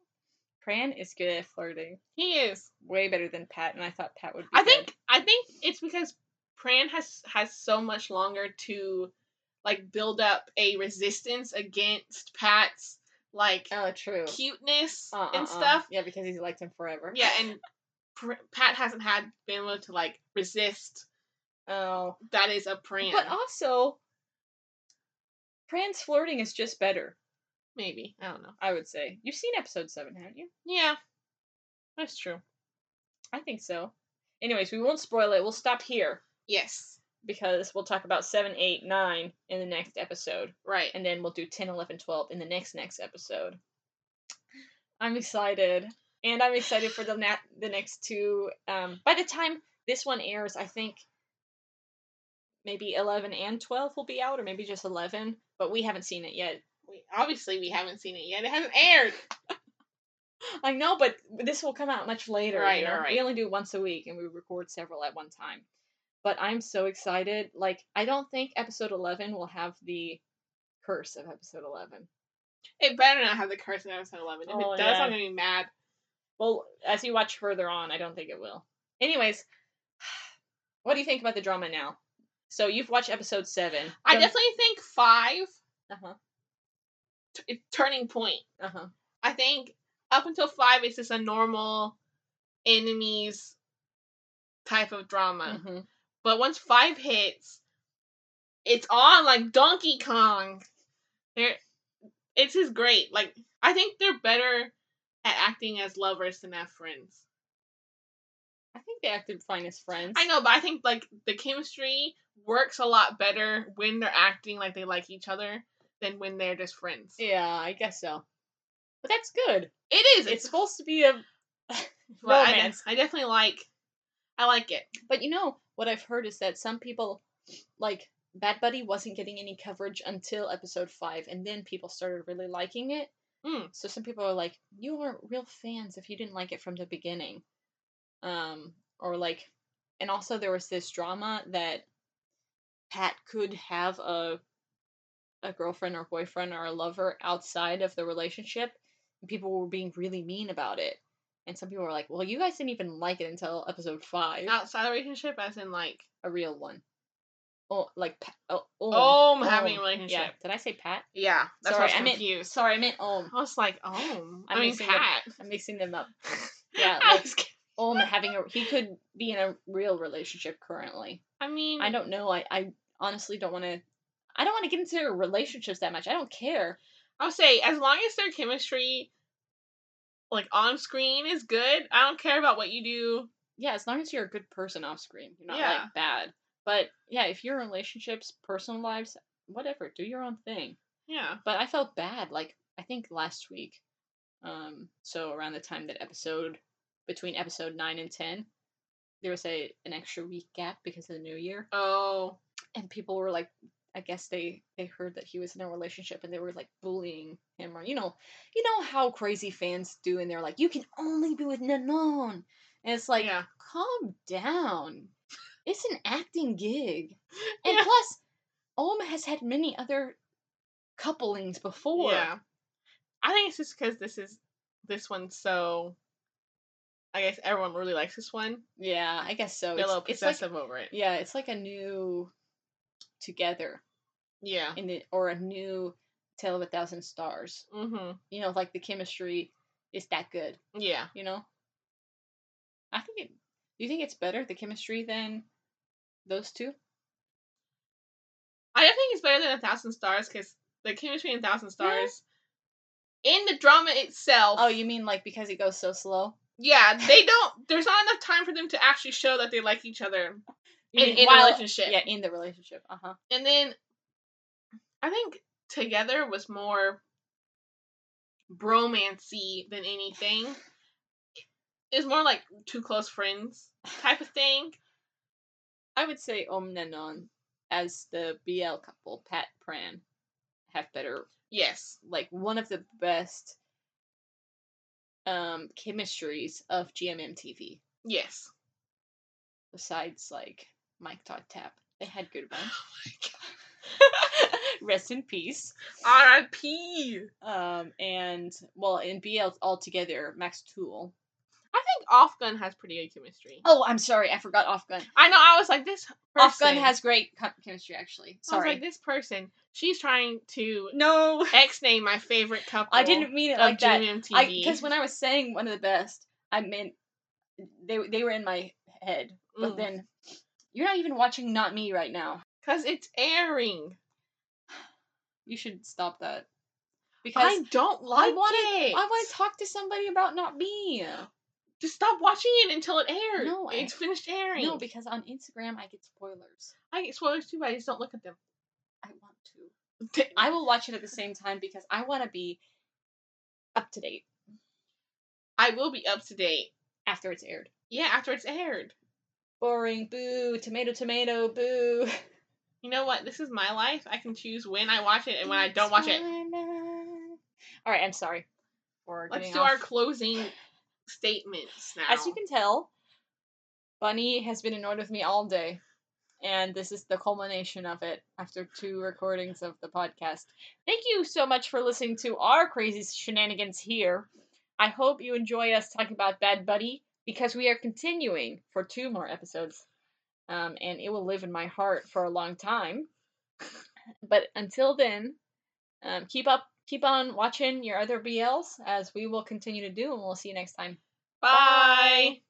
Speaker 1: Pran is good at flirting,
Speaker 2: he is.
Speaker 1: way better than Pat. And I thought Pat would. be
Speaker 2: I
Speaker 1: good.
Speaker 2: think I think it's because Pran has has so much longer to like build up a resistance against Pat's like
Speaker 1: Oh, true.
Speaker 2: cuteness
Speaker 1: Uh, uh, uh.
Speaker 2: and stuff.
Speaker 1: Yeah, because he's liked him forever.
Speaker 2: Yeah,
Speaker 1: <laughs>
Speaker 2: and Pr- Pat hasn't had bandwidth to like resist.
Speaker 1: Oh.
Speaker 2: That is a Pran,
Speaker 1: But also, Pran's flirting is just better,
Speaker 2: maybe. I don't know.
Speaker 1: I would say. You've seen episode 7, haven't you?
Speaker 2: Yeah,
Speaker 1: That's true. I think so. Anyways, we won't spoil it. We'll stop here
Speaker 2: yes,
Speaker 1: because we'll talk about 7, 8, 9 in the next episode.
Speaker 2: right.
Speaker 1: And then we'll do 10, 11, 12 in the next, next episode. I'm excited. And I'm excited for the, na- the next two. Um, by the time this one airs, I think maybe 11 and 12 will be out, or maybe just 11, but we haven't seen it yet.
Speaker 2: we, obviously, we haven't seen it yet. It hasn't aired.
Speaker 1: I know, but this will come out much later. you
Speaker 2: Right,
Speaker 1: know?
Speaker 2: right, right.
Speaker 1: We only do once a week, and we record several at one time. But I'm so excited. Like, I don't think episode 11 will have the curse of episode 11.
Speaker 2: It better not have the curse in episode eleven. If
Speaker 1: Oh,
Speaker 2: it does,
Speaker 1: yeah.
Speaker 2: I'm gonna be mad.
Speaker 1: Well, as you watch further on, I don't think it will. Anyways, <sighs> what do you think about the drama now? So you've watched episode 7.
Speaker 2: I definitely think five
Speaker 1: Uh huh.
Speaker 2: t- it's turning point.
Speaker 1: Uh huh.
Speaker 2: I think up until five, it's just a normal enemies type of drama.
Speaker 1: hmm
Speaker 2: But once five hits, it's on like Donkey Kong. They're, it's just great. Like I think they're better at acting as lovers than as friends.
Speaker 1: I think they acted fine as friends.
Speaker 2: I know, but I think like the chemistry works a lot better when they're acting like they like each other than when they're just friends.
Speaker 1: Yeah, I guess so. But that's good.
Speaker 2: it is.
Speaker 1: It's, supposed to be a
Speaker 2: well, I,
Speaker 1: romance.
Speaker 2: I definitely like. I like it.
Speaker 1: But you know what I've heard is that some people, like Bad Buddy, wasn't getting any coverage until episode five, and then people started really liking it.
Speaker 2: Mm.
Speaker 1: So some people are like, "You weren't real fans if you didn't like it from the beginning," um, or like, and also there was this drama that Pat could have a a girlfriend or boyfriend or a lover outside of the relationship, and people were being really mean about it. And some people were like, "Well, you guys didn't even like it until episode five
Speaker 2: Outside the relationship, as in like,
Speaker 1: a real one. Oh, like pa- oh, ohm.
Speaker 2: oh, I'm having a
Speaker 1: Ohm.
Speaker 2: relationship.
Speaker 1: Yeah.
Speaker 2: Yeah,
Speaker 1: Did I say Pat? Sorry,
Speaker 2: that's why I
Speaker 1: I
Speaker 2: was
Speaker 1: meant-
Speaker 2: confused.
Speaker 1: Sorry, I meant
Speaker 2: <laughs>
Speaker 1: ohm.
Speaker 2: I was like, oh,
Speaker 1: I'm
Speaker 2: I mean,
Speaker 1: mixing them.
Speaker 2: Pat.
Speaker 1: I'm mixing them
Speaker 2: <laughs>
Speaker 1: up. Yeah,
Speaker 2: I,
Speaker 1: like-
Speaker 2: was ki-
Speaker 1: Ohm having a he could be in a real relationship currently.
Speaker 2: I mean,
Speaker 1: I don't know. I I honestly don't want to. I don't want to get into relationships that much. I don't care.
Speaker 2: I'll say as long as their chemistry, like on screen, is good. I don't care about what you do.
Speaker 1: Yeah, as long as you're a good person off screen, you're not
Speaker 2: Yeah.
Speaker 1: like bad. But yeah, if your relationships, personal lives, whatever, do your own thing.
Speaker 2: Yeah,
Speaker 1: but I felt bad. Like I think last week, um, so around the time that episode between episode nine and ten, there was a an extra week gap because of the new year,
Speaker 2: Oh,
Speaker 1: and people were like, I guess they they heard that he was in a relationship, and they were like bullying him, or you know, you know how crazy fans do, and they're like, you can only be with Nanon, and it's like,
Speaker 2: yeah,
Speaker 1: calm down. It's an acting
Speaker 2: <laughs>
Speaker 1: gig. And
Speaker 2: Yeah.
Speaker 1: plus, Om has had many other couplings before.
Speaker 2: yeah. I think it's just because this is this one's so. I guess everyone really likes this one.
Speaker 1: Yeah, I guess so.
Speaker 2: They're a little
Speaker 1: It's, it's like
Speaker 2: possessive over it.
Speaker 1: yeah, it's like a new together
Speaker 2: Yeah.
Speaker 1: in it or a new Tale of a Thousand Stars.
Speaker 2: Mhm.
Speaker 1: You know, like the chemistry is that good.
Speaker 2: Yeah.
Speaker 1: You know, I think it. Do you think it's better the chemistry than those two?
Speaker 2: I definitely think it's better than a thousand stars because the chemistry in a thousand stars, in the drama itself.
Speaker 1: Oh,
Speaker 2: <laughs>
Speaker 1: you mean like because it goes so slow?
Speaker 2: Yeah, they don't. There's not enough time for them to actually show that they like each other
Speaker 1: You
Speaker 2: in,
Speaker 1: mean
Speaker 2: in a
Speaker 1: while-
Speaker 2: relationship.
Speaker 1: Yeah, in the relationship. Uh huh.
Speaker 2: And then I think together was more bromancy than anything. It's more like two close friends type of thing.
Speaker 1: I would say Om Nanon as the BL couple, Pat Pran, have better
Speaker 2: Yes.
Speaker 1: like one of the best um chemistries of GMM TV
Speaker 2: Yes.
Speaker 1: besides like Mike Todd Tap. They had
Speaker 2: <laughs>
Speaker 1: good
Speaker 2: Oh
Speaker 1: ones. <laughs> Rest in peace.
Speaker 2: R.I.P.
Speaker 1: Um and well in BL altogether, Max Tool.
Speaker 2: I think Off Gun has pretty good chemistry.
Speaker 1: Oh, I'm sorry, I forgot Off Gun.
Speaker 2: I know. I was like this. Person,
Speaker 1: Off Gun has great co- chemistry actually.
Speaker 2: I
Speaker 1: Sorry.
Speaker 2: was like this person. She's trying to
Speaker 1: no,
Speaker 2: X name my favorite couple.
Speaker 1: I didn't mean it
Speaker 2: of
Speaker 1: like that.
Speaker 2: GMMTV.
Speaker 1: I because when I was saying one of the best, I meant they they were in my head. But
Speaker 2: Mm.
Speaker 1: then you're not even watching Not Me right now.
Speaker 2: Because it's airing.
Speaker 1: You should stop that. Because
Speaker 2: I don't like
Speaker 1: wanna-
Speaker 2: it.
Speaker 1: I want to talk to somebody about Not Me.
Speaker 2: Just stop watching it until it airs.
Speaker 1: No, I-
Speaker 2: it's finished airing.
Speaker 1: No, because on Instagram I get spoilers.
Speaker 2: I get spoilers too, but I just don't look at them. <laughs>
Speaker 1: I want to. I will watch it at the same time because I want to be up to date
Speaker 2: I will be up to date.
Speaker 1: after it's aired.
Speaker 2: Yeah, after it's aired.
Speaker 1: Boring, boo, tomato, tomato, boo.
Speaker 2: You know what? This is my life. I can choose when I watch it and when I don't watch it.
Speaker 1: All right, I'm sorry. for
Speaker 2: Let's
Speaker 1: getting
Speaker 2: do
Speaker 1: off-
Speaker 2: our closing statements now.
Speaker 1: As you can tell, Bunny has been annoyed with me all day. And this is the culmination of it after two recordings of the podcast. Thank you so much for listening to our crazy shenanigans here. I hope you enjoy us talking about Bad Buddy because we are continuing for two more episodes. Um, and it will live in my heart for a long time. <laughs> But until then, um, keep up, keep on watching your other BLs as we will continue to do, and we'll see you next time.
Speaker 2: Bye.